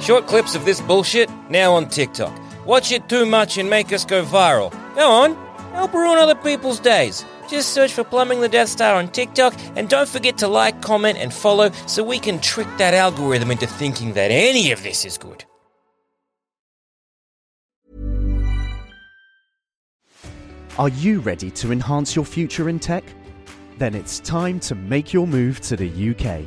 Short clips of this bullshit now on TikTok. Watch it too much and make us go viral. Go on, help ruin other people's days. Just search for Plumbing the Death Star on TikTok and don't forget to like, comment, and follow so we can trick that algorithm into thinking that any of this is good. Are you ready to enhance your future in tech? Then it's time to make your move to the UK,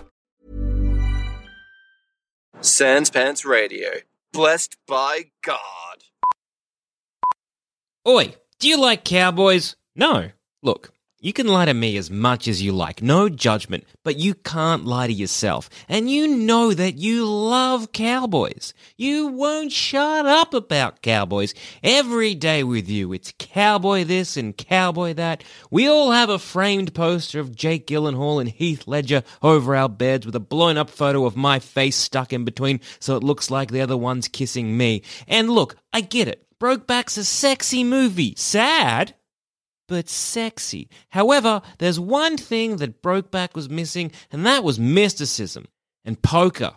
Sans Pants Radio. Blessed by God. Oi, do you like cowboys? No. Look, you can lie to me as much as you like, no judgment, but you can't lie to yourself. And you know that you love cowboys. You won't shut up about cowboys. Every day with you, it's cowboy this and cowboy that. We all have a framed poster of Jake Gyllenhaal and Heath Ledger over our beds with a blown up photo of my face stuck in between so it looks like the other one's kissing me. And look, I get it. Brokeback's a sexy movie. Sad, but sexy. However, there's one thing that Brokeback was missing, and that was mysticism and poker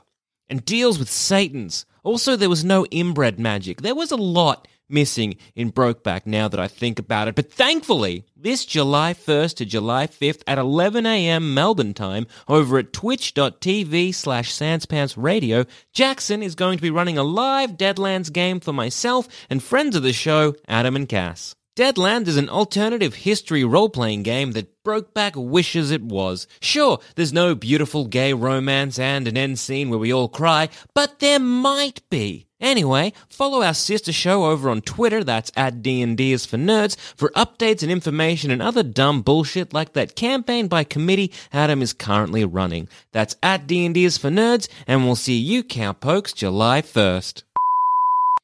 and deals with Satans. Also, there was no inbred magic. There was a lot missing in Brokeback now that I think about it. But thankfully, this July 1st to July 5th at 11am Melbourne time over at twitch.tv slash sanspantsradio, Jackson is going to be running a live Deadlands game for myself and friends of the show, Adam and Cass. Deadlands is an alternative history role playing game that Brokeback wishes it was. Sure, there's no beautiful gay romance and an end scene where we all cry, but there might be. Anyway, follow our sister show over on Twitter, that's at D&D is for Nerds, for updates and information and other dumb bullshit like that campaign by committee Adam is currently running. That's at D&D is for Nerds, and we'll see you cowpokes July 1st.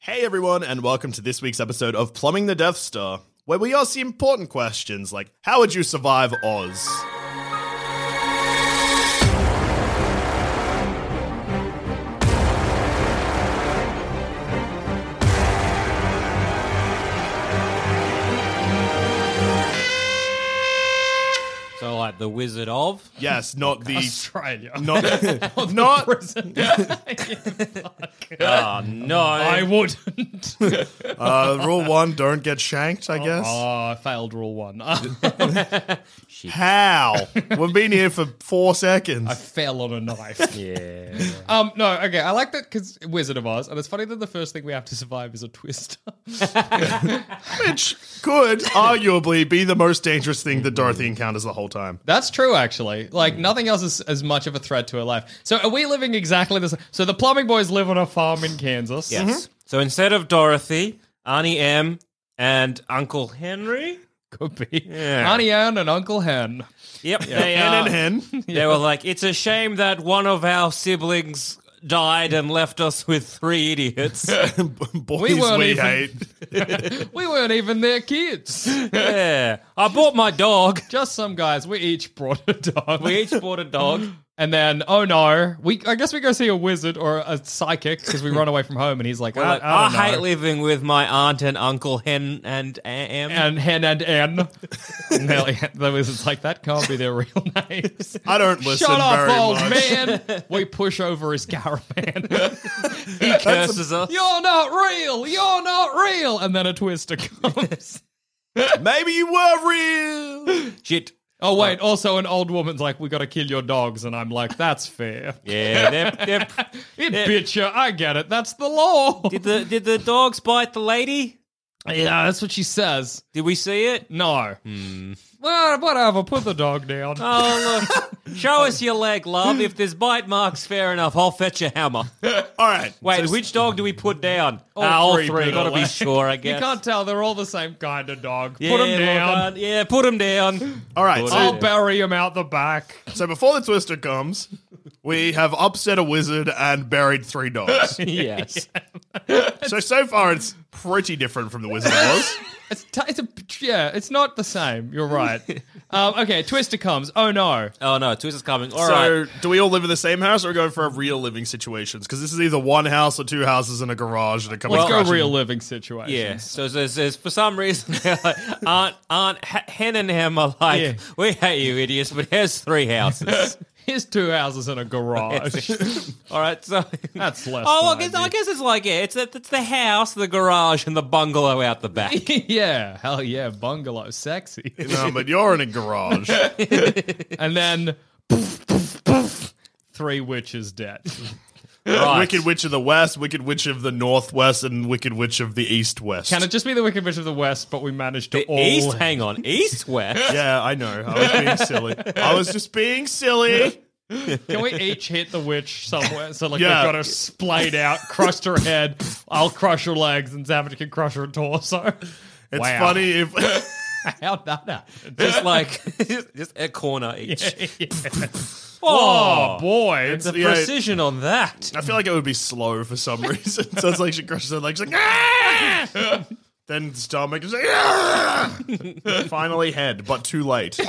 Hey everyone, and welcome to this week's episode of Plumbing the Death Star, where we ask the important questions like how would you survive Oz? So like the Wizard of? Yes, not the Australia. not not Prison. Oh no. I wouldn't. uh, rule one: don't get shanked. I guess. Oh, I failed rule one. How we've been here for four I seconds. fell on a knife. Yeah. Um. No. Okay. I like that because Wizard of Oz, and it's funny that the first thing we have to survive is a twister. Which could arguably be the most dangerous thing that Dorothy encounters the whole time. That's true, actually. Like Hmm. nothing else is as much of a threat to her life. So are we living exactly this? So the plumbing boys live on a farm in Kansas. Mm-hmm. Yes. Mm-hmm. So instead of Dorothy, Arnie M, and Uncle Henry, Could be. Yeah. Auntie Anne and Uncle Hen. yep, they, Hen uh, and hen. they were like, it's a shame that one of our siblings died and left us with three idiots. Boys We we, weren't even- hate. We weren't even their kids. yeah. I bought my dog. Just some guys. We each brought a dog. We each bought a dog. And then, oh no, we I guess we go see a wizard or a psychic because we run away from home, and he's like, We're I, like, I I, don't hate know. living with my aunt and uncle Hen and A- M. and Hen and Anne. and they're like, the wizard's like, that can't be their real names. I don't listen Shut up, very old much. man. We push over his caravan. he curses us. You're not real. You're not real. And then a twister comes. Maybe you were real. Shit. Oh wait, also an old woman's like, we got to kill your dogs, and I'm like, that's fair. Yeah, they're, they're, It Yeah. bitch you. I get it. That's the law. did the did the dogs bite the lady? Yeah, that's what she says. Did we see it? No. Well, whatever. Put the dog down. Oh, look. Show us your leg, love. If there's bite marks, fair enough. I'll fetch a hammer. All right. Wait, so- which dog do we put down? All Ah, all three, three. put Gotta be away. sure, I you guess. can't tell. They're all the same kind of dog. Yeah, Put them look, down. uh, yeah, put him down. All right. So, I'll bury him out the back. so before the twister comes, we have upset a wizard and buried three dogs. yes. so so far, it's pretty different from the wizard was. It's, t- it's a yeah. It's not the same. You're right. um, okay, Twister comes. Oh no. Oh, no. Twister's coming. All right. so do we all live in the same house, or are we going for real living situations? Because this is either one house or two houses and a garage and a couple. Let's of go real living situations. Yeah. So there's, there's for some reason Aunt Aunt H- Hen and him are like, Yeah. we hate you idiots, but here's three houses. Here's two houses and a garage. All right. So That's less. oh, I than guess, I I did. guess it's like yeah, it's it's the house, the garage, and the bungalow out the back. yeah. Hell yeah. Bungalow, sexy. No, but you're in a garage. and then poof, poof, poof, three witches dead. Right. Wicked Witch of the West, Wicked Witch of the Northwest, and Wicked Witch of the East West. Can it just be the Wicked Witch of the West? But we managed to The all. east. Hang on, east west. yeah, I know. I was being silly. I was just being silly. Can we each hit the witch somewhere? So like Yeah. we've got her splayed out, crushed her head. I'll crush her legs, and Savage can crush her torso. It's Wow. funny if How'd that happen? just like just a corner each. Oh, Oh, boy. the yeah, it- precision on that. I feel like it would be slow for some reason. so it's like she crushes her legs, like "Ah!" then stomach is like "Ah!" finally head, but too late.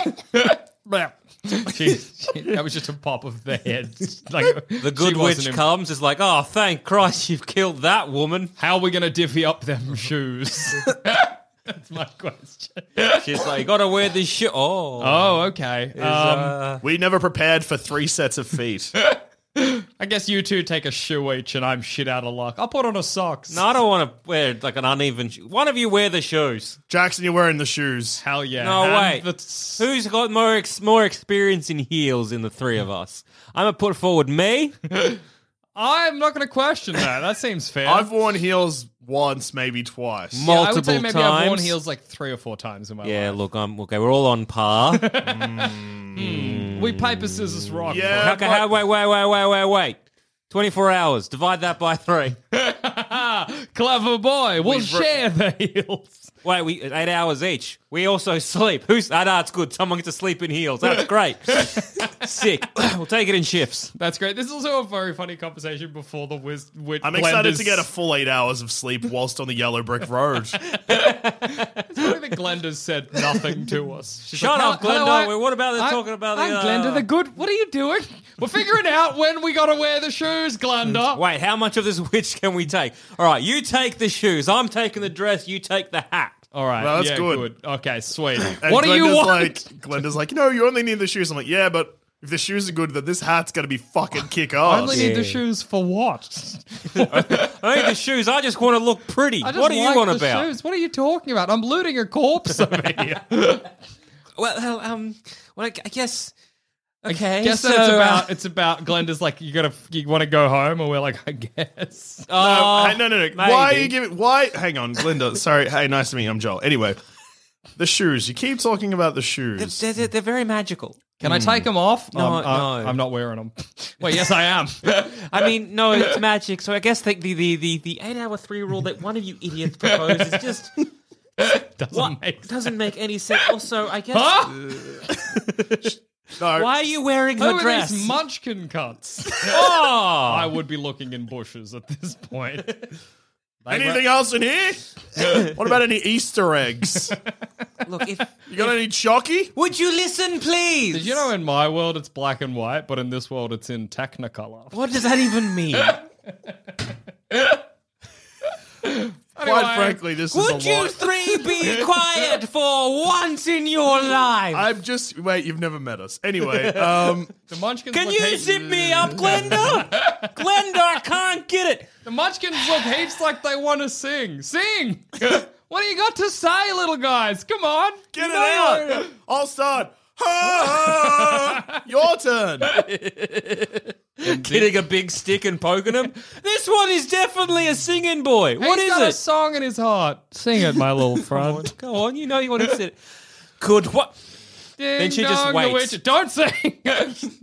She- she- that was just a pop of the head. Like The good witch comes. comes is like, oh, thank Christ, you've killed that woman. How are we going to divvy up them shoes? That's my question. She's like, you gotta wear this shit. Oh, Oh, okay. Um, uh, We never prepared for three sets of feet. I guess you two take a shoe each, and I'm shit out of luck. I'll put on a socks. No, I don't want to wear like an uneven. Sh- One of you wear the shoes. Jackson, you're wearing the shoes. hell yeah. No, wait. And the t- Who's got more ex- more experience in heels in the three of us? I'm gonna put forward me. I'm not going to question that. That seems fair. I've worn heels once, maybe twice. Mo- I would say multiple maybe I've worn times. heels like three or four times in my Yeah, life. look, I'm okay. We're all on par. okay, We paper scissors rock. Yeah. Fuck. how- wait, wait, wait, wait, wait, wait. Twenty-four hours. Divide that by three. clever boy. We'll share the heels. Wait, we eight hours each. We also sleep. Who's? Ah, that's good. Someone gets to sleep in heels. That's great. Sick. we'll take it in shifts. That's great. This is also a very funny conversation before the whiz. wit- I'm excited Blender's- to get a full eight hours of sleep whilst on the yellow brick road. I think Glenda's said nothing to us. She's Shut "Hello- up, Glenda. hello, I- We're- what about the- I- talking about the, I'm uh, Glenda the good. What are you doing? We're figuring out when we gotta wear the shoes, Glenda. Wait, how much of this witch can we take? All right, you take the shoes. I'm taking the dress. You take the hat. All right, Well, that's yeah, good. Okay, sweet. And what do you Glenda's want? Like, Glenda's like, no, you only need the shoes. I'm like, yeah, but if the shoes are good, then this hat's gonna be fucking kick I ass. only need the shoes for what? I need the shoes. I just want to look pretty. I just What are like you on the about? Shoes. What are you talking about? I'm looting a corpse over here. Well, um, well, I guess. Okay, guess that it's about it's about Glenda's like you gotta you want to go home, and we're like I guess. Oh, No, hey, no, no, no. Why are maybe. you giving? Why? Hang on, Glinda. Sorry. Hey, nice to meet you. I'm Joel. Anyway, the shoes. You keep talking about the shoes. They're, they're, they're very magical. Can I take them off? No, Um, I- no. Hmm. I'm not wearing them. Wait, yes, I am. I mean, no, it's magic. So I guess the the the the, the eight hour three rule that one of you idiots proposed is just Doesn't what make sense. Uh, doesn't make any sense. Also, I guess Huh? No, why are you wearing Who the are dress? these munchkin cunts? oh, I would be looking in bushes at this point. Anything else in here? what about any Easter eggs? look, if You got any chalky? would you listen, please? Did you know in my world it's black and white, but in this world it's in technicolor? what does that even mean? Quite frankly, this would is a you lot. three be quiet for once in your life? I'm just wait. You've never met us. Anyway, um, The munchkins Can look you heaps- zip me up, Glenda? Glenda, I can't get it. The munchkins look heaps like they want to sing. Sing! what do you got to say, little guys? Come on. get it You know out. I'll start. Ha, ha, Your turn. Getting a big stick and poking him. this one is definitely a singing boy. What He's is got it? a song in his heart. Sing it, my little friend. Go on, you know you want to sit. Good. What? then she just waits. Don't sing.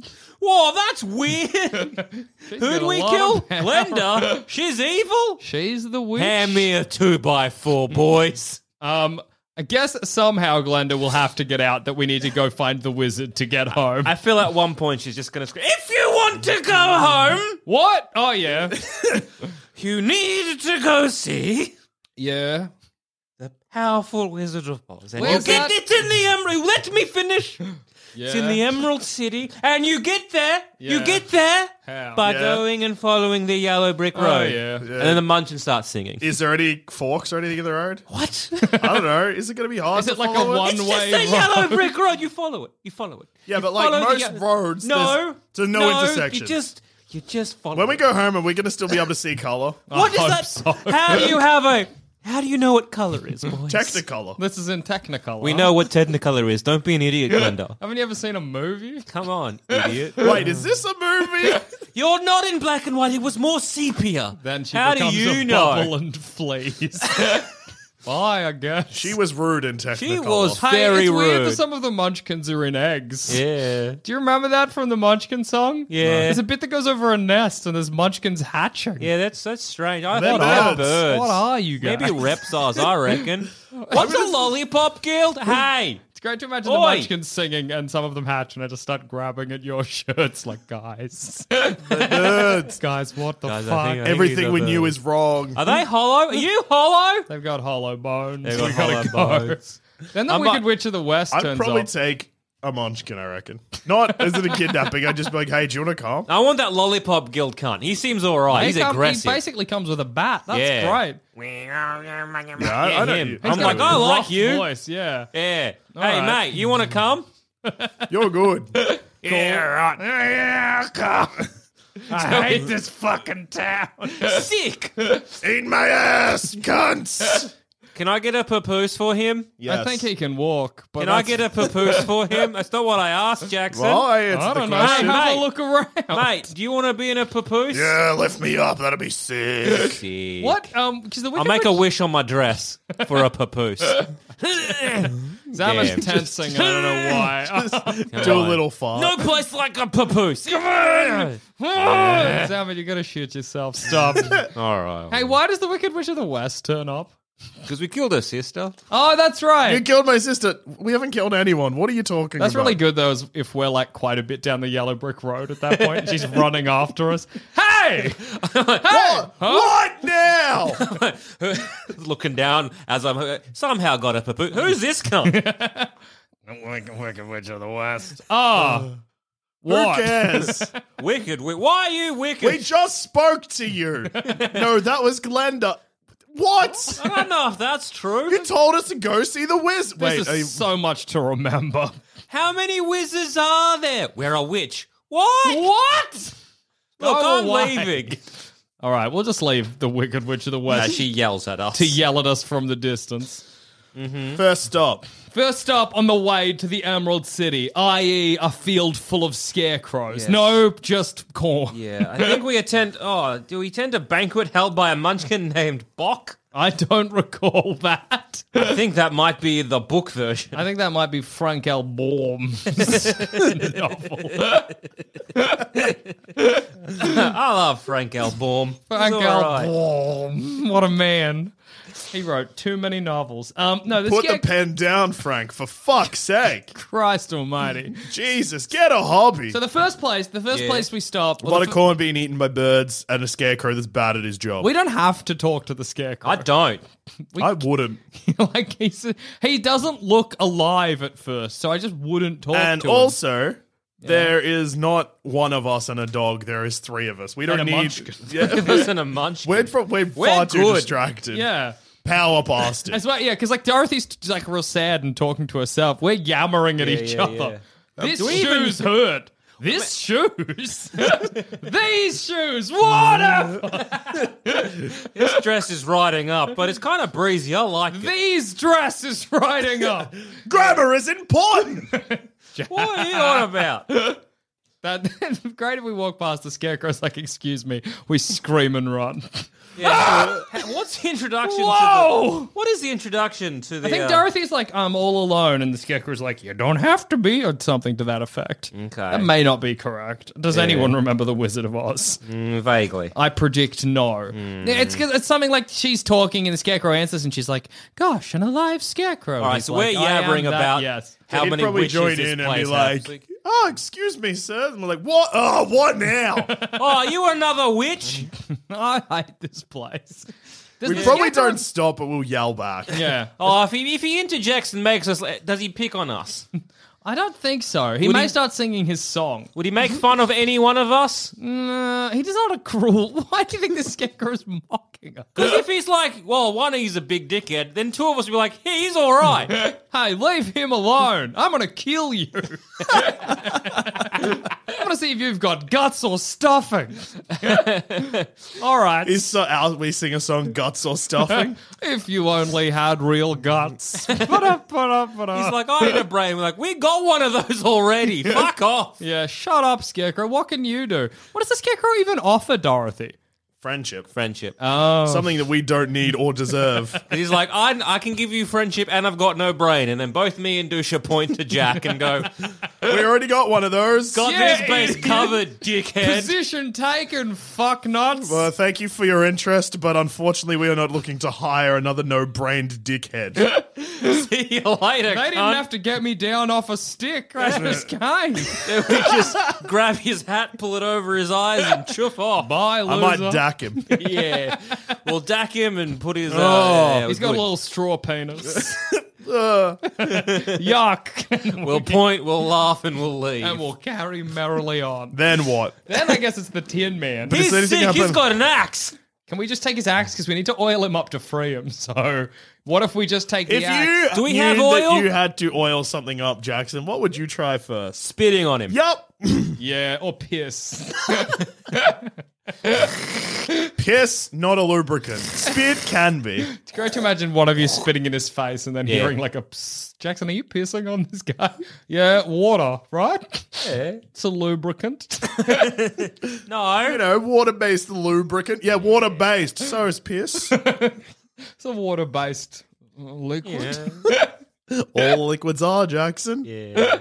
Whoa, that's weird. Who'd got a we lot kill? of power. Linda. She's evil. She's the witch. Hand me a two by four, boys. Um, I guess somehow Glenda will have to get out that we need to go find the wizard to get home. I feel at one point she's just going to scream, If you want to go home, what? Oh yeah, you need to go see yeah. the powerful Wizard of Oz. And Where's you get that- it in the Emerald. Let me finish. It's in Yeah. the Emerald City. And you get there. You Yeah. get there How? by Yeah. going and following the yellow brick road. Oh yeah. And then the munchin starts singing. Is there any forks or anything in the road? what? I don't know. Is it going to be hard? Is to it like a follow one- It's way just a yellow road. brick road. You follow it. You follow it. Yeah, You but, like, follow the most yellow- roads, no, there's- there's no You intersection. just, you just follow. When we it. go home, are we going to still be able to see Oh, color? what is I'm that? sorry. How do you have a? How do you know what color is, boys? Technicolor. This is in Technicolor. We know what technicolor is. Don't be an idiot, Glenda. Haven't you ever seen a movie? Come on, idiot. Wait, is this a movie? You're not in black and white. It was more sepia. Then she how do becomes you a know? bubble and flees. Bye, I guess. she was rude in Technicolor. She was Hey, very it's weird that rude. some of the Munchkins are in eggs. yeah. Do you remember that from the Munchkin song? Yeah. There's a bit that goes over a nest and there's Munchkins hatching. Yeah, that's that's strange. I They're thought all birds. birds. What are you guys? Maybe reptiles, I reckon. What's a lollipop guild? Hey, It's great to imagine the Oi! Munchkins singing and some of them hatch and I just start grabbing at your shirts like, guys. guys, what the Guys, I fuck? think I- Everything we knew is wrong. are they hollow? Are you hollow? They've got hollow bones. They've got We gotta hollow go. bones. Then the I'm Wicked not- Witch of the West I'd turns probably up. take a munchkin, I reckon. Not as in a kidnapping. I'd just be like, hey, do you want to come? I want that lollipop guild cunt. He seems all right. He He's come- aggressive. He basically comes with a bat. That's Yeah. great. Yeah, I, I Yeah, know him. you. He's I'm got like, a I Rough like you. Voice, yeah. yeah. All hey, right. mate, you want to come? you're good. Yeah, right. yeah, come. I hate this fucking town. Sick. Eat my ass, cunts. Can I get a papoose for him? Yes. I think he can walk. But Can I that's- get a papoose for him? That's not what I asked, Jackson. Well, I answered I don't the know. question. Hey, Have mate. a look around. Mate, do you want to be in a papoose? Yeah, lift me up. That'll be sick. Sick. What? Um, because the I'll Wicked make a Witch wish on my dress for a papoose. Zama's Yeah. tensing. I don't know why. Do a on. little fart. no place like a papoose. Come on. Zama, you're gonna shoot yourself. Stop. All right. hey, why does the Wicked Witch of the West turn up? Because we killed her sister. Oh, that's right. You killed my sister. We haven't killed anyone. What are you talking that's about? really good though, is if we're like quite a bit down the yellow brick road at that point, and she's running after us. Hey, What, what now? Looking down as I'm somehow got a papoose. Who's this cunt? ah, what? Who cares? wicked. wi- Why are you wicked? we just spoke to you. No, that was Glenda. What? I don't know if that's true. You told us to go see the whiz. This Wait, is I- so much to remember. How many wizards are there? We're a witch. What? What? Look, Go I'm away. leaving. All right, we'll just leave the Wicked Witch of the Uh, West she yells at us. to yell at us from the distance. first stop. First up on the way to the Emerald City, i.e., a field full of scarecrows. No, just corn. Yeah, I think we attend. Oh, do we attend a banquet held by a munchkin named Bok? I don't recall that. I think that might be the book version. I think that might be Frank L. Baum's novel. I love Frank L. Baum. Frank He's L. all right. Baum. What a man. He wrote too many novels. Um, no, the Put scare- the pen down, Frank, for fuck's sake. Christ almighty. Jesus, get a hobby. So the first place, the first place we stop. a well, lot the of fir- corn being eaten by birds and a scarecrow that's bad at his job. we don't have to talk to the scarecrow. I don't. I wouldn't. like he's, he doesn't look alive at first, so I just wouldn't talk And to him. also, there is not one of us and a dog. There is three of us. We don't And a need. munchkin. Yeah, Listen, a munchkin. we're from, we're, We're far too good. distracted. Yeah. power That's bastards. right, yeah, because like Dorothy's t- like real sad and talking to herself. We're yammering at each yeah, other. This Um, Do we even- shoes hurt. This shoes. These shoes. Water. This dress is riding up, but it's kind of breezy. I like it. These dress is riding up. Grammar is important. What are you on about? That great if we walk past the scarecrow's like, excuse me, we scream and run. Yeah. Ha- What's the introduction to Whoa! the, What is the introduction to the I think uh, Dorothy's like, I'm all alone, and the scarecrow's like, you don't have to be, or something to that effect. Okay. That may not be correct. Does anyone remember The Wizard of Oz? Mm, vaguely. I predict no. It's 'cause it's something like she's talking and the scarecrow answers and she's like, "Gosh, an alive scarecrow." All right, so we're yabbering about yes. how He'd many probably witches join this in and place be has. like, "Oh, excuse me, sir." And we're like, "What? Oh, what now?" "Oh, you another witch?" I hate this place. Does we the probably scarecrow- don't stop, but we'll yell back. Yeah, Oh, if he if he interjects and makes us, does he pick on us? I don't think so. He Would may he- start singing his song. Would he make fun of any one of us? Uh, he does not a cruel. Why do you think the scarecrow is mocking us? Because if he's like, well, one he's a big dickhead, then two of us will be like, "Hey, he's all right. Hey, leave him alone. I'm going to kill you. I'm going to see if you've got guts or stuffing. All right. Is so our, we sing a song, guts or stuffing? if you only had real guts. Ba-da, ba-da, ba-da. He's like, I need a brain. We're like, we got one of those already. Fuck off. yeah, shut up, Scarecrow. What can you do? What does the Scarecrow even offer Dorothy? Friendship, Friendship. something that we don't need or deserve. And he's like, I, I can give you friendship and I've got no brain. And then both me and Dusha point to Jack and go, we already got one of those. Got Yeah, this base idiot. covered, dickhead. Position taken, fuck nuts. Well, Uh, thank you for your interest, but unfortunately, we are not looking to hire another no-brained dickhead. See you later. they didn't cunt. have to get me down off a stick. I just came. We just grab his hat, pull it over his eyes, and chuff off. Oh, Bye, I loser. might dack him. Yeah. We'll dack him and put his. Uh, Oh, He's got a little straw penis. Yuck. We'll point, we'll laugh, and we'll leave. and we'll carry merrily on. then what? then I guess it's the Tin Man. Is there he's anything sick. He's happened? got an axe. Can we just take his axe? Because we need to oil him up to free him. So what if we just take If the axe? you Do we knew have that oil? you had to oil something up, Jackson, what would you try first? Spitting on him. Yup, Yeah, or piss. piss, not a lubricant. Spit can be. it's great to imagine one of you spitting in his face and then Yeah. hearing like a psst. Jackson, are you pissing on this guy? Yeah, water, right? Yeah. It's a lubricant. No. You know, water-based lubricant. Yeah, water-based. So is piss. It's a water based liquid. All liquids are, Jackson. Yeah.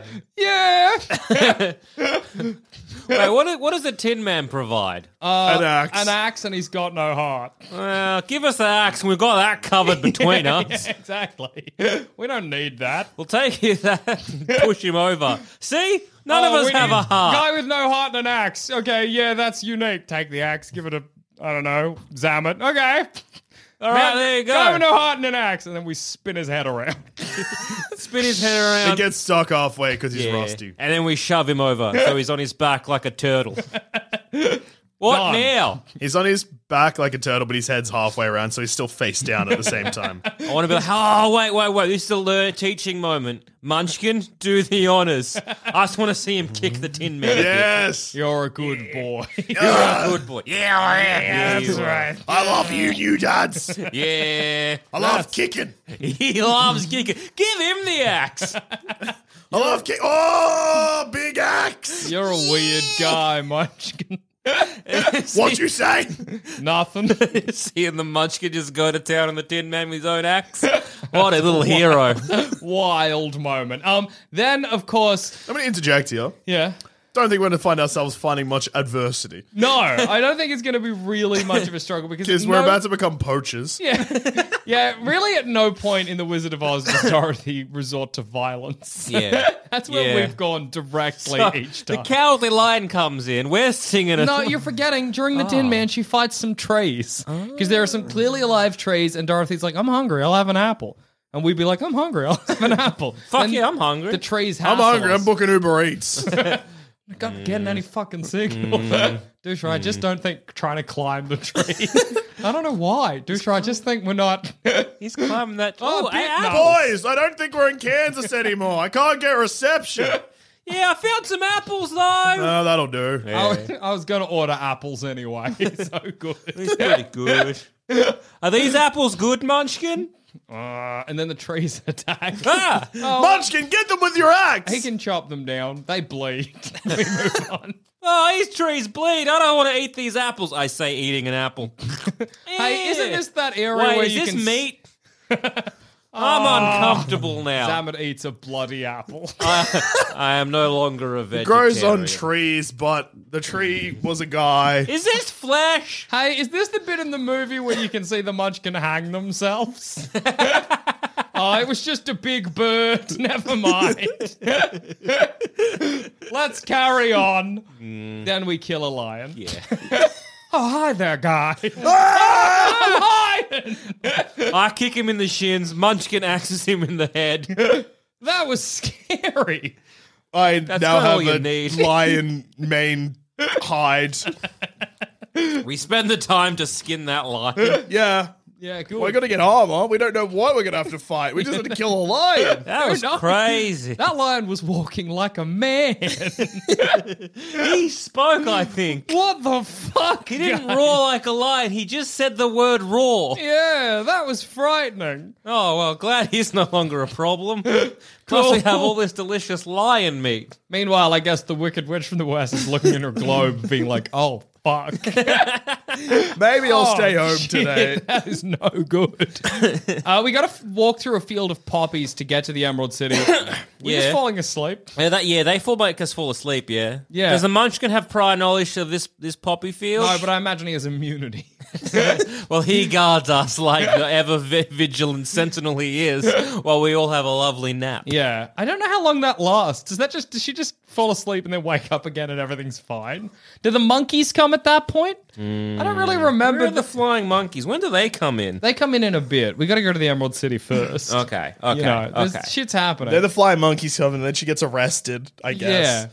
Wait, what, do- what does the Tin Man provide? Uh, An axe. An axe and he's got no heart. Well, Uh, give us the axe, and we've got that covered between us. exactly. We don't need that. We'll take his axe and push him over. See? None Oh, of us we have need a heart. Guy with no heart and an axe. Okay, yeah, that's unique. Take the axe, give it a, I don't know, zam it. Okay. All right, there you go. Guy with no heart and an axe. And then we spin his head around. Spin his head around. It gets stuck halfway because he's Yeah. rusty. And then we shove him over, so he's on his back like a turtle. What Done. now? He's on his back like a turtle, but his head's halfway around, so he's still face down at the same time. I want to be like, oh, wait, wait, wait. This is the learn- teaching moment. Munchkin, do the honors. I just want to see him kick the tin man. yes. You're a good boy. Good boy. Yeah, I am. you are. right. I love you, you dads. Yeah. I love kicking. He loves kicking. Give him the axe. I love kick. Oh, big axe. You're a weird guy, Munchkin. What you say? Nothing. Seeing the munchkin just go to town on the tin man with his own axe. What a little hero. Wild moment. Um. Then, of course, I'm going to interject here. yeah. Don't think we're going to find ourselves finding much adversity No, I don't think it's going to be really much of a struggle because because no- we're about to become poachers. Yeah. yeah, really at no point in The Wizard of Oz does Dorothy resort to violence. Yeah. That's where Yeah. we've gone directly each the time. cowardly lion comes in. We're singing a no, you're forgetting. During the Oh. Tin Man, she fights some trees because there are some clearly alive trees, and Dorothy's like, "I'm hungry. I'll have an apple," and we'd be like, "I'm hungry. I'll have an apple." Fuck And yeah, I'm hungry. The trees. I'm hassle hungry. us. I'm booking Uber Eats. Not getting any fucking signal. Mm. Douche, I just don't think trying to climb the tree. I don't know why. Douche, I just think we're not. He's climbing that. Oh, Oh, bit apples. Boys, I don't think we're in Kansas anymore. I can't get reception. Yeah, I found some apples though. No, that'll do. I was, I was going to order apples anyway. so good. It's pretty good. Are these apples good, Munchkin? "Ah," and then the trees attack. Oh, Ah! Munchkin, get them with your axe. He can chop them down. They bleed. we move on. Oh, these trees bleed. I don't want to eat these apples. I say eating an apple. Hey, isn't this that area Wait, where is you this can Oh. meat? I'm uncomfortable now. Zamet eats a bloody apple. I am no longer a vegetarian. grows on trees, but the tree was a guy. Is this flesh? hey, is this the bit in the movie where you can see the munchkin hang themselves? oh, it was just a big bird. Never mind. Let's carry on. Mm. Then we kill a lion. Yeah. oh, hi there, guy. Ah! Oh, I'm lion. I kick him in the shins. Munchkin axes him in the head. That was scary. I now not all have you a need. lion mane hide. we spend the time to skin that lion. Yeah. Yeah, cool. We're gonna get armor. We don't know what we're gonna have to fight. We just have to kill a lion. That was enough. crazy. that lion was walking like a man. He spoke, I think. what the fuck? He didn't roar like a lion. He just said the word roar. Yeah, that was frightening. Oh, well, glad he's no longer a problem. Plus, we have all this delicious lion meat. Meanwhile, I guess the Wicked Witch from the West is looking in her globe, being like, oh, fuck. Maybe I'll stay Oh, home shit, today. That is no good. uh, we got to f- walk through a field of poppies to get to the Emerald City. We're Yeah. just falling asleep. Yeah, that, yeah, they fall make us fall asleep. Yeah, Yeah. Does the munchkin have prior knowledge of this this poppy field? No, but I imagine he has immunity. well, he guards us like the ever vi- vigilant sentinel he is, while we all have a lovely nap. Yeah, I don't know how long that lasts. Does that just does she just fall asleep and then wake up again and everything's fine? Do the monkeys come at that point? I don't really remember. Where are the the flying monkeys? When do they come in? they come in in a bit. We got to go to the Emerald City first. Okay, okay, you know, there's- okay. shit's happening. They're the flying monkeys coming, and then she gets arrested, I guess. Yeah.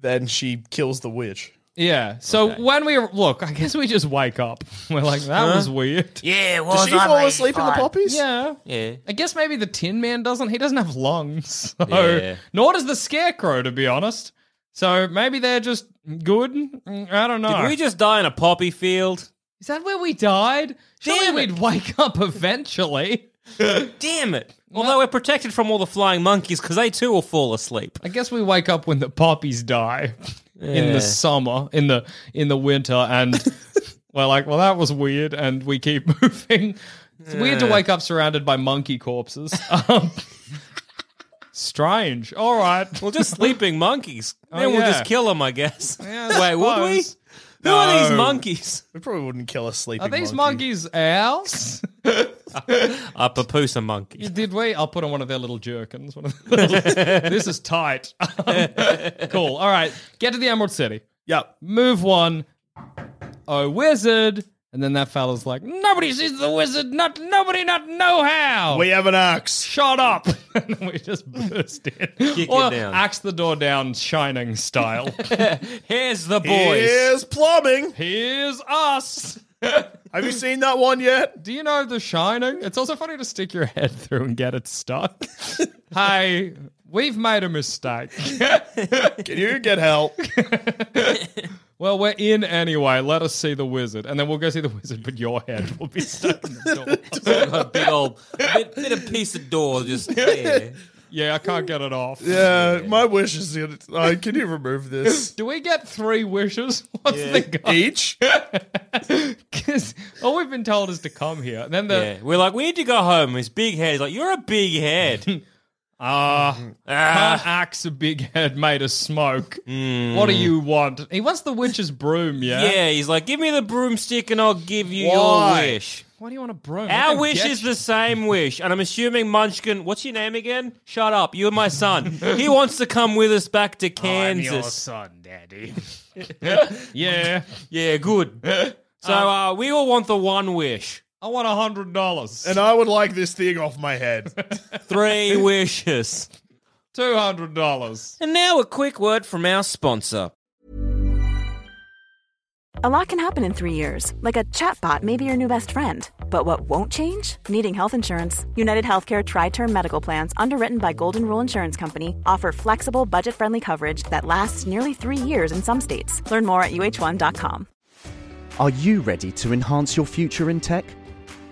Then she kills the witch. yeah. So when we look, I guess we just wake up. We're like, that was weird. yeah, Does was she fall asleep in the poppies? Yeah. Yeah, I guess maybe the Tin Man doesn't. He doesn't have lungs. So, Yeah. Nor does the Scarecrow, to be honest. So maybe they're just good. Mm, I don't know. did we just die in a poppy field? Is that where we died? Surely Damn it. we'd wake up eventually. Damn it! Although we're protected from all the flying monkeys because they too will fall asleep. I guess we wake up when the poppies die in Yeah. the summer, in the in the winter, and we're like, well, that was weird, and we keep moving. It's weird to wake up surrounded by monkey corpses. Um, strange. All right. Well, just sleeping monkeys. Then we'll Oh, yeah. just kill them, I guess. Yeah, I Wait, would we? suppose. Who are these No. monkeys? We probably wouldn't kill a sleeping Are these monkey. monkeys ours? A papoosa monkey. Did we? I'll put on one of their little jerkins. One of their little- this is tight. Um, cool. All right. Get to the Emerald City. Yep. move one, oh wizard, and then that fella's like, nobody sees the wizard, not nobody, not know how. We have an axe. Shut up! and we just burst in, it or down. axe the door down, shining style. Here's the boys. Here's plumbing. Here's us. Have you seen that one yet? Do you know The Shining? It's also funny to stick your head through and get it stuck. hey, we've made a mistake. Can you get help? Well, we're in anyway. Let us see the wizard, and then we'll go see the wizard. But your head will be stuck in the door. a big old bit, bit of piece of door just there. Yeah, I can't get it off. Yeah, my wish is. gonna- Uh, can you remove this? Do we get three wishes? What's the guy? Each? Because all we've been told is to come here. And then the Yeah. We're like, we need to go home. His big head. He's like, you're a big head. ah, Ah. can't axe a big head made of smoke. What do you want? He wants the witch's broom. Yeah. Hmm. yeah. He's like, give me the broomstick and I'll give you Why? your wish. Why do you want a broom? I Our can wish get is you- the same wish, and I'm assuming Munchkin. What's your name again? Shut up! You're my son. he wants to come with us back to Kansas. son, daddy. yeah. yeah, good. So uh, we all want the one wish. I want a hundred dollars. And I would like this thing off my head. Three wishes. Two hundred dollars. And now a quick word from our sponsor. A lot can happen in three years, like a chatbot may be your new best friend. But what won't change? Needing health insurance. United Healthcare Tri Term Medical Plans, underwritten by Golden Rule Insurance Company, offer flexible, budget friendly coverage that lasts nearly three years in some states. Learn more at uh1.com. Are you ready to enhance your future in tech?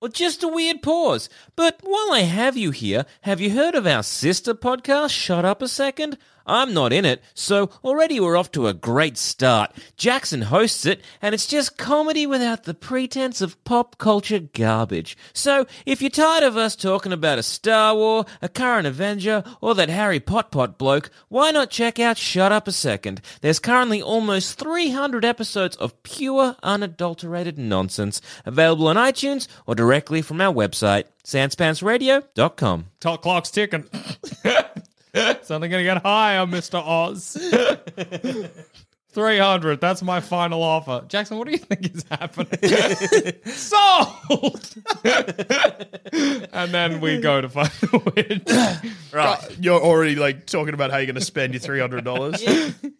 Well, just a weird pause. But while I have you here, have you heard of our sister podcast, Shut Up a Second? I'm not in it, so already we're off to a great start. Jackson hosts it, and it's just comedy without the pretense of pop culture garbage. So if you're tired of us talking about a Star War, a current Avenger, or that Harry Potpot bloke, why not check out Shut Up a Second? There's currently almost 300 episodes of pure, unadulterated nonsense available on iTunes or directly from our website, sanspantsradio.com. Talk clock's ticking. it's only going to get higher, Mr. Oz. 300. That's my final offer. Jackson, what do you think is happening? Sold! and then we go to find the win. Uh, You're already like talking about how you're going to spend your three hundred dollars.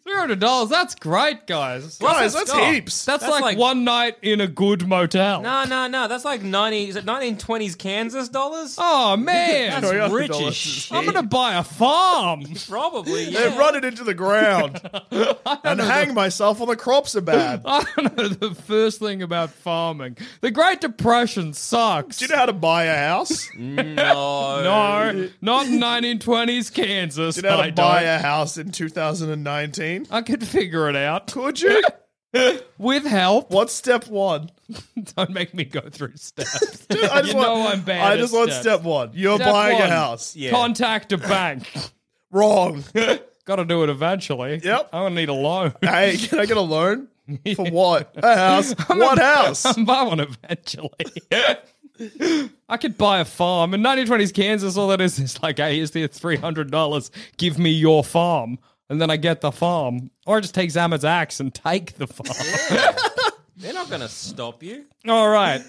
$300. That's great, guys. Guys, that's Stop. heaps. That's, That's like, like- one night in a good motel. No, no, no. That's like 90, is it 1920s Kansas dollars? Oh, man. That's $300 rich as is shit. I'm going to buy a farm. Probably, yeah. They'd run it into the ground and hang myself on the crops are bad. Do I don't know the first thing about farming. The Great Depression sucks. you know how to buy a house? Do No. no, not in 1920s Kansas. you know how I to buy don't. a house in 2019? I could figure it out. Could you? With help. What's step one? Don't make me go through steps. Dude, I just You want, know I'm bad I at just want steps. step one. You're Step buying one, a house. Contact a bank. Wrong. Got to do it eventually. Yep. I'm going to need a loan. hey, can I get a loan? For what? A house. what house? I buy one eventually. I could buy a farm. In 1920s Kansas, all that is is like, hey, here's the $300. Give me your farm. And then I get the farm. Or I just take Zamet's axe and take the farm. They're not going to stop you. all right.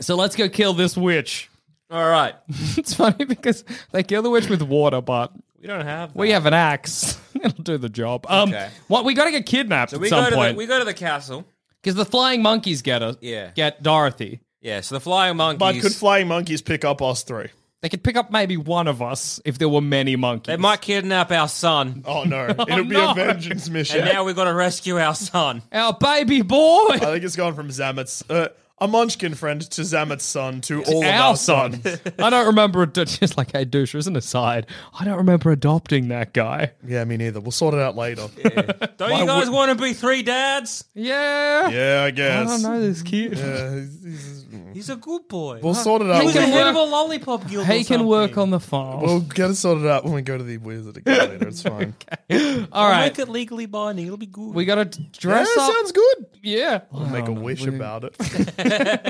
So let's go kill this witch. All right. It's funny because they kill the witch with water, but We don't have that. we have an axe. It'll do the job. Um, Okay. What, we got to get kidnapped So at we some go, to the, point. we go to the castle. Because the flying monkeys get us. Yeah. Get Dorothy. Yeah, so the flying monkeys. But could flying monkeys pick up us three? They could pick up maybe one of us if there were many monkeys. They might kidnap our son. Oh no. It'll be no. a vengeance mission. And now we've got to rescue our son. Our baby boy. I think it's gone from Zamet's uh, a munchkin friend to Zamet's son to all of our our son. son. I don't remember. ad- Just like, hey, douche, as an aside, I don't remember adopting that guy. yeah, me neither. We'll sort it out later. Don't you guys want to be three dads? Yeah. yeah, I I guess. Uh, don't know this kid. He's a good boy. We'll sort it out. He He's a can later. head of work- a lollipop guild. He or can work something. on the farm. We'll get it sorted out when we go to the wizard again later. It's fine. All We'll right. Make it legally binding. It'll be good. We got to Yeah, dress up. sounds good. yeah. We'll make a wish about it.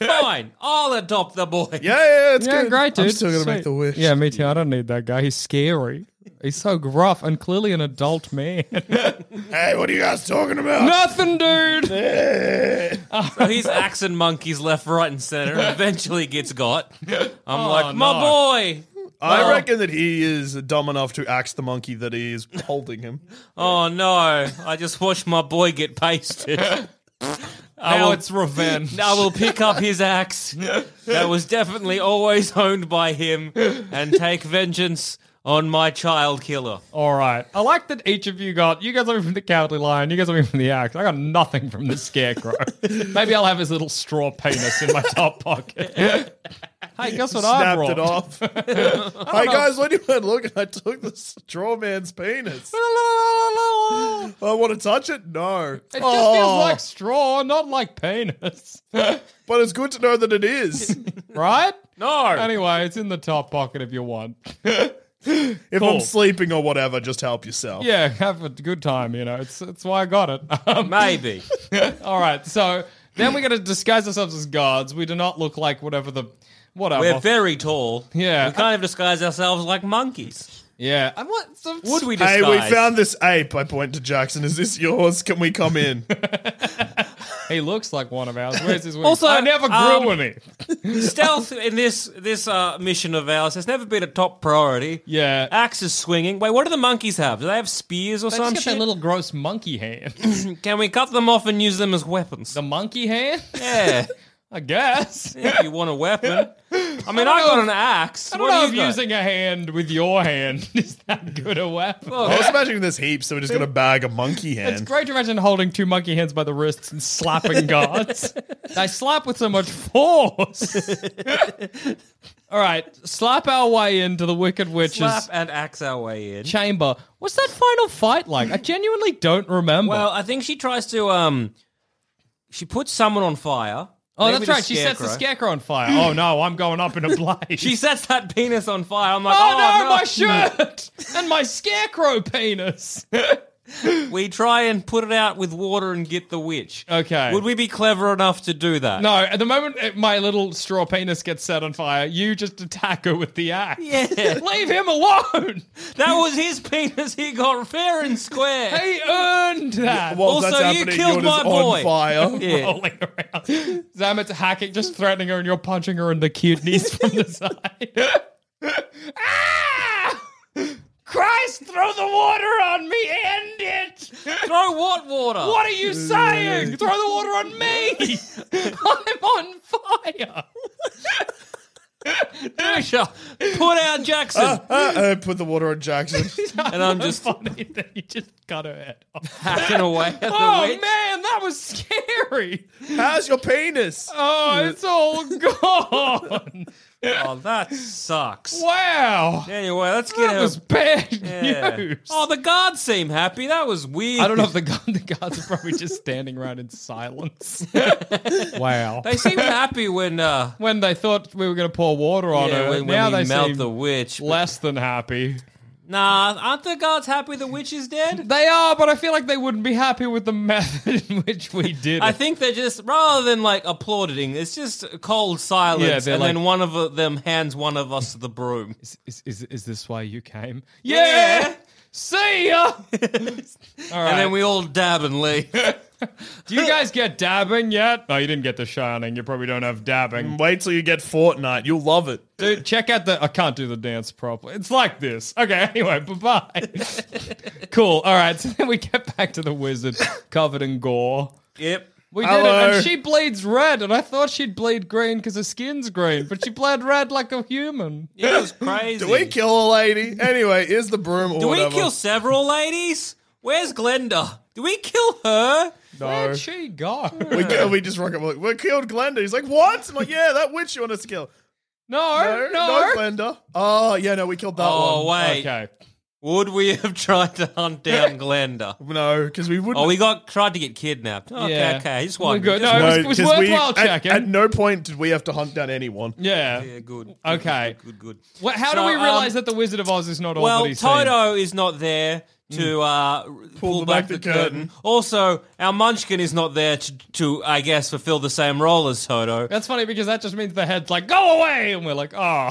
Fine. I'll adopt the boy. Yeah, yeah, it's Yeah, good. great, dude. I'm still gonna Sweet. make the wish. Yeah, me too. I don't need that guy. He's scary. He's so gruff and clearly an adult man. Hey, what are you guys talking about? Nothing, dude. So he's axing monkeys left, right, and center. And eventually gets got. I'm like, Oh, no. my boy. Oh, I reckon that he is dumb enough to axe the monkey that he is holding him. Oh no! I just watched my boy get pasted. Oh, will- it's revenge. I will pick up his axe that was definitely always owned by him and take vengeance on my child killer. All right. I like that each of you got. You guys are from the Cowardly Lion. You guys are from the Axe. I got nothing from the Scarecrow. Maybe I'll have his little straw penis in my top pocket. hey, guess what I Snapped brought? it off. hey guys, when you went looking, I took the straw man's penis. I want to touch it. No, it It just feels like straw, not like penis, Oh. But it's good to know that it is. right? No, Anyway, it's in the top pocket if you want. If Cool. I'm sleeping or whatever, just help yourself. Yeah, have a good time. You know, it's it's why I got it. Um, maybe. all right. So then we got to disguise ourselves as guards. We do not look like whatever the whatever. We're very tall. Yeah. we kind of disguise ourselves like monkeys. yeah. And what? So, Would we disguise? Hey, we found this ape. I point to Jackson. Is this yours? Can we come in? He looks like one of ours. Where's his wings? Also, I never grew um, any. Stealth in this this uh, mission of ours has never been a top priority. Yeah. Axe is swinging. Wait, what do the monkeys have? Do they have spears or They just some get their shit? little gross monkey hand. Can we cut them off and use them as weapons? the monkey hand? yeah. I guess. if you want a weapon. I mean, I don't I, got know an axe. I don't What do know you if got? using a hand with your hand is that good a weapon. Look, I was imagining this heap, so we just got a bag of monkey It's hand. great to imagine holding two monkey hands by the wrists and slapping guards. they slap with so much force. All right, slap our way into the Wicked Witch's slap and axe our way in. chamber. What's that final fight like? I genuinely don't remember. Well, I think she tries to um, she puts someone on fire. oh, Maybe that's the right. She sets the scarecrow. scarecrow on fire. Oh no, I'm going up in a blaze. She sets that penis on fire. I'm like, Oh, no, no, my shirt and my scarecrow penis. We try and put it out with water and get the witch. Okay. Would we be clever enough to do that? No, at the moment uh, my little straw penis gets set on fire, you just attack her with the axe. Yeah. Leave him alone. That was his penis. He got fair and square. He earned that. Whilst Also, that's you happening, killed my Yoda's boy. on fire. Yeah. rolling around. Zamet's hacking, just threatening her, and you're punching her in the kidneys from the side. ah! Christ, throw the water on me! End it! Throw what water? What are you saying? Throw the water on me! I'm on fire! Trisha, Put out Jackson. Ah, ah, ah, put the water on Jackson. and I'm just funny that you just cut her head off. hacking away at the Oh witch. man, that was scary! How's your penis? Oh, it's all gone! Oh, that sucks. Wow! Anyway, let's get That out. was bad Yeah. news. Oh, the guards seem happy. That was weird. I don't know if the guard, the guards are probably just standing around in silence. wow. they seemed happy when uh, when they thought we were going to pour water on yeah, her, when, when Oh, now we they melt seem the witch. less than happy. Nah, aren't the guards happy the witch is dead? They are, but I feel like they wouldn't be happy with the method in which we did I it. think they're just rather than like applauding, it's just cold silence, Yeah, they're and then like- one of them hands one of us the broom. is, is, is this why you came? Yeah. Yeah! See ya! All right. And then we all dab and leave. Do you guys get dabbing yet? Oh, you didn't get the shining. You probably don't have dabbing. Wait till you get Fortnite. You'll love it. Dude, check out the. I can't do the dance properly. It's like this. Okay, anyway, bye bye. cool. All right, so then we get back to the wizard covered in gore. yep. We did it, Hello. and she bleeds red, and I thought she'd bleed green because her skin's green, but she bled red like a human. It was crazy. Do we kill a lady? Anyway, here's the broom or Do we whatever. kill several ladies? Where's Glenda? Do we kill her? no. Where'd she go? We, kill, we just rock up. We're like, we killed Glenda. He's like, what? I'm like, yeah, that witch you want us to kill. no, no. no, Glenda. Oh, yeah, no, we killed that Oh one. wait. Okay. Would we have tried to hunt down Glenda? No, because we wouldn't. Oh, we got tried to get kidnapped. Okay, Yeah. okay. Just We're one. good. Just Oh, No, one. it was- it was 'cause worthwhile at- checking. Mm, At, no point did we have to hunt down anyone. Yeah. Yeah, good. Okay. Good. Good. good, good. What, how So, do we um, realize that the Wizard of Oz is not all Well, that he's seen? Toto is not there Hmm. to uh, pull, pull back, the, curtain. Also, our Munchkin is not there to, to, I guess, fulfill the same role as Toto. That's funny because that just means the head's like, go away! And we're like, oh.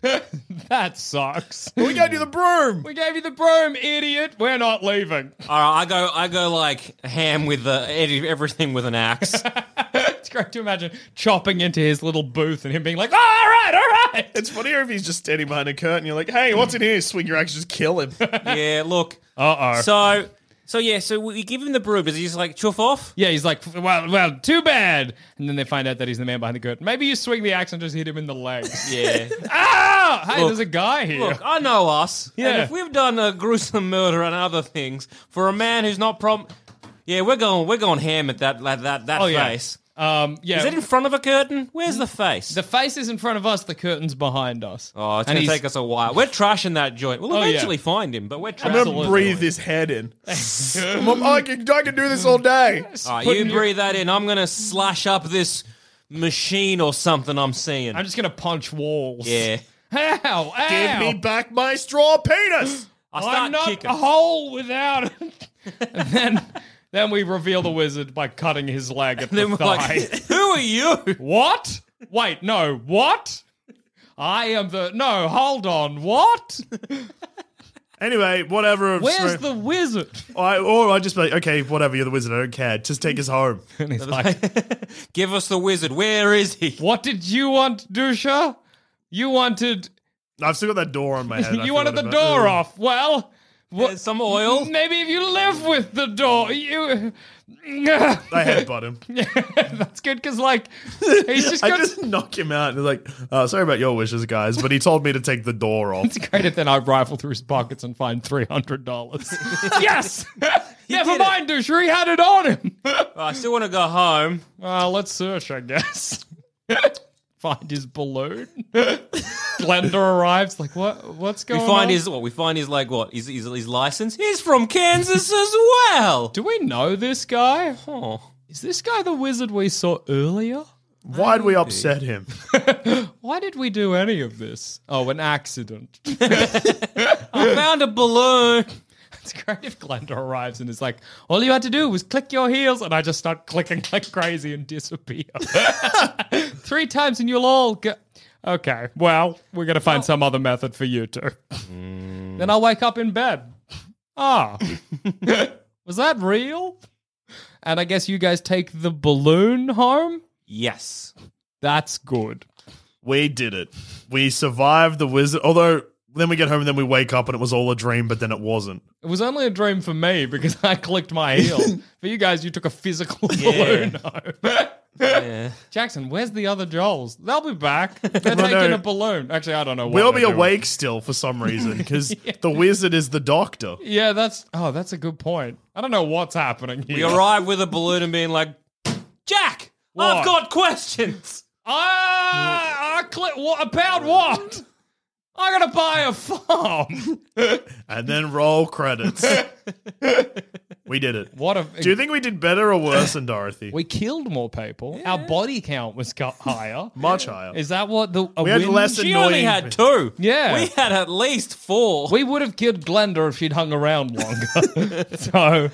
that sucks. We gotta do the broom. We gave you the broom, idiot. We're not leaving. All right, I go, I go like ham with the ed- everything with an axe. It's great to imagine chopping into his little booth and him being like, oh, all right, all right. It's funnier if he's just standing behind a curtain. You're like, hey, what's in here? Swing your axe, just kill him. yeah, look. Uh oh. So, so yeah, so we give him the broom. Is he just like chuff off? yeah, he's like, well, well, too bad. And then they find out that he's the man behind the curtain. Maybe you swing the axe and just hit him in the legs. Yeah. ah! Hey, Look, there's a guy here. Look, I know us. And Yeah. if we've done a gruesome murder and other things for a man who's not prom, yeah, we're going, we're going ham at that, that, that, that oh, yeah. face. Um, yeah. Mm. Is it in front of a curtain? Where's the face? the face is in front of us, the curtain's behind us. oh, it's And gonna he's- take us a while. We're trashing that joint. We'll Oh, yeah. eventually find him, but we're I'm trashing. gonna breathe this head in. I'm- I, can, I can do this all day. All right, you breathe that in. I'm gonna slash up this machine or something. I'm seeing. I'm just going to punch walls. yeah, Ow! Ow! Give me back my straw penis. I start I'm not kicking. a hole without it. and then, then we reveal the wizard by cutting his leg at the Then we're thigh. like, who are you? what? Wait, no. What? I am the no. Hold on. What? Anyway, whatever. Where's So- the wizard? I, or I just be like, okay, whatever. You're the wizard. I don't care. Just take us home. And he's like, Give us the wizard. Where is he? What did you want, Dusha? You wanted I've still got that door on my head. I you wanted the forgot door about- off. Well, Uh, what, Some oil? maybe if you live with the door, you. I headbutt him. That's good because like he's just I got. just knock him out and like, uh, sorry about your wishes, guys, but he told me to take the door off. It's great if then I rifle through his pockets and find three hundred dollars. yes. did Never it. mind, Dusha. He had it on him. Oh, I still want to go home. Uh, let's search, I guess. Find his balloon. Glenda arrives. Like, what? What's We going on? find his what? We find his like what? His, his, his license? He's from Kansas as well. Do we know this guy? Oh, Is this guy the wizard we saw earlier? Why'd we upset him? Why did we do any of this? Oh, an accident. I found a balloon. It's great if Glenda arrives and is like, all you had to do was click your heels, and I just start clicking like crazy and disappear. Three times and you'll all go. Okay, well, we're going to find some other method for you two. Mm. Then I'll wake up in bed. Ah, was that real? And I guess you guys take the balloon home? Yes. That's good. We did it. We survived the wizard. Although, then we get home and then we wake up and it was all a dream, but then it wasn't. It was only a dream for me because I clicked my heel. for you guys, you took a physical balloon home. Yeah. Jackson, where's the other Joels? They'll be back. They're Well, taking no. a balloon. Actually, I don't know. What We'll they're be doing. awake still for some reason because the wizard is the doctor. Yeah, that's. Oh, that's a good point. I don't know what's happening here. We arrive with a balloon and being like, Jack, What? I've got questions. Ah, I cli- what about what? I gotta buy a farm. And then roll credits. we did it. What a. Do you think we did better or worse than Dorothy? we killed more people. Our body count was got higher. Much higher. Is that what the? A We had wind- less She annoying. only had two. Yeah. We had at least four. We would have killed Glenda if she'd hung around longer. so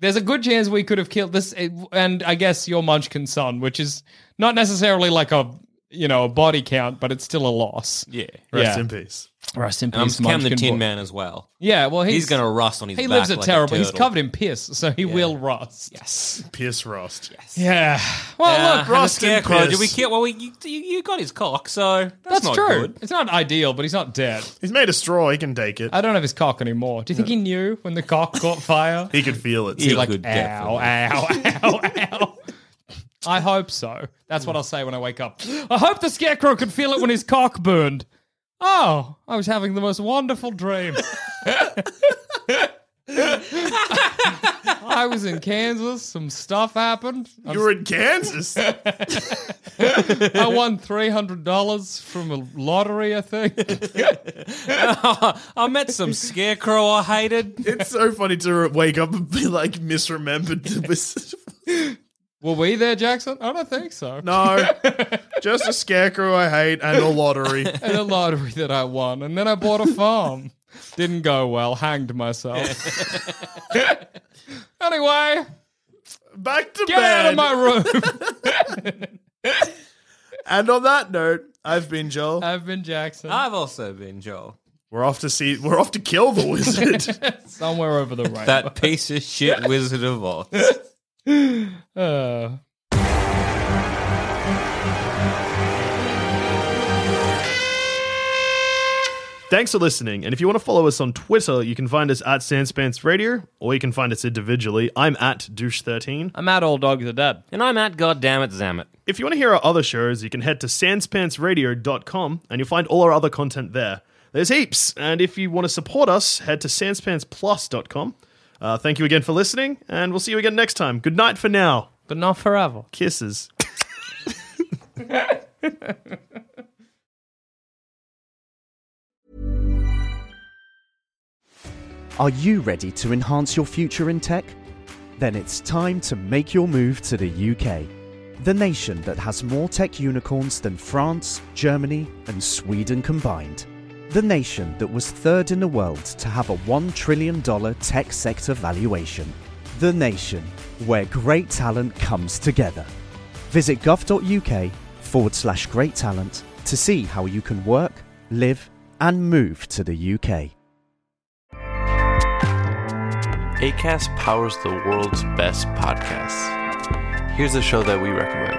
there's a good chance we could have killed this, and I guess your Munchkin son, which is not necessarily like a you know a body count, but it's still a loss. yeah. Rest yeah. in peace. Rest in I'm peace, Cam the Munchkin Tin boy. Man as well. Yeah, well he's, He's, going to rust on his he back lives a like terrible. he's turtle. covered in piss, so he will rust. Yes. Pierce Rust. Yeah. Well, Uh, look, and a Rust in scarecrow. Did piss. we kill? Well, we, you, you you got his cock, so that's, that's not true. good. It's not ideal, but he's not dead. He's made a straw. He can take it. I don't have his cock anymore. Do you think he knew when the cock caught fire? He could feel it. He too. like, could ow, ow, definitely. ow, ow. I hope so. That's what I'll say when I wake up. I hope the scarecrow could feel it when his cock burned. Oh, I was having the most wonderful dream. I was in Kansas. Some stuff happened. I, you were in Kansas. I won three hundred dollars from a lottery. I think. I met some scarecrow I hated. it's so funny to wake up and be like misremembered. To mis- Were we there, Jackson? I don't think so. no, just a scarecrow I hate and a lottery. and a lottery that I won, and then I bought a farm. Didn't go well. Hanged myself. anyway, Back to get bed. out of my room. and on that note, I've been Joel. I've been Jackson. I've also been Joel. we're off to see. We're off to kill the wizard. Somewhere over the rainbow. That piece of shit Wizard of Oz. Uh, Thanks for listening. And if you want to follow us on Twitter, you can find us at Sanspants Radio, or you can find us individually. I'm at douche13. I'm at old dogs are dead. And I'm at Goddammit Zammit. If you want to hear our other shows, you can head to sanspantsradio.com and you'll find all our other content there. There's heaps. And if you want to support us, head to sanspantsplus.com. Uh, thank you again for listening, and we'll see you again next time. Good night for now. But not forever. Kisses. Are you ready to enhance your future in tech? Then it's time to make your move to the UK, the nation that has more tech unicorns than France, Germany, and Sweden combined. The nation that was third in the world to have a $1 trillion tech sector valuation. The nation where great talent comes together. Visit gov.uk forward slash great talent to see how you can work, live, and move to the UK. ACAST powers the world's best podcasts. Here's a show that we recommend.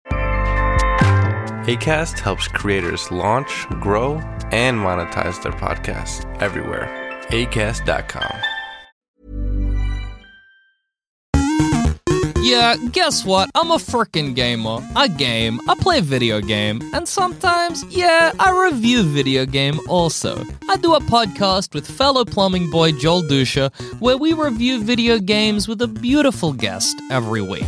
ACAST helps creators launch, grow, and monetize their podcasts everywhere. ACAST.com. Yeah, guess what? I'm a frickin' gamer. I game, I play video game, and sometimes, yeah, I review video game also. I do a podcast with fellow plumbing boy Joel Dusha where we review video games with a beautiful guest every week.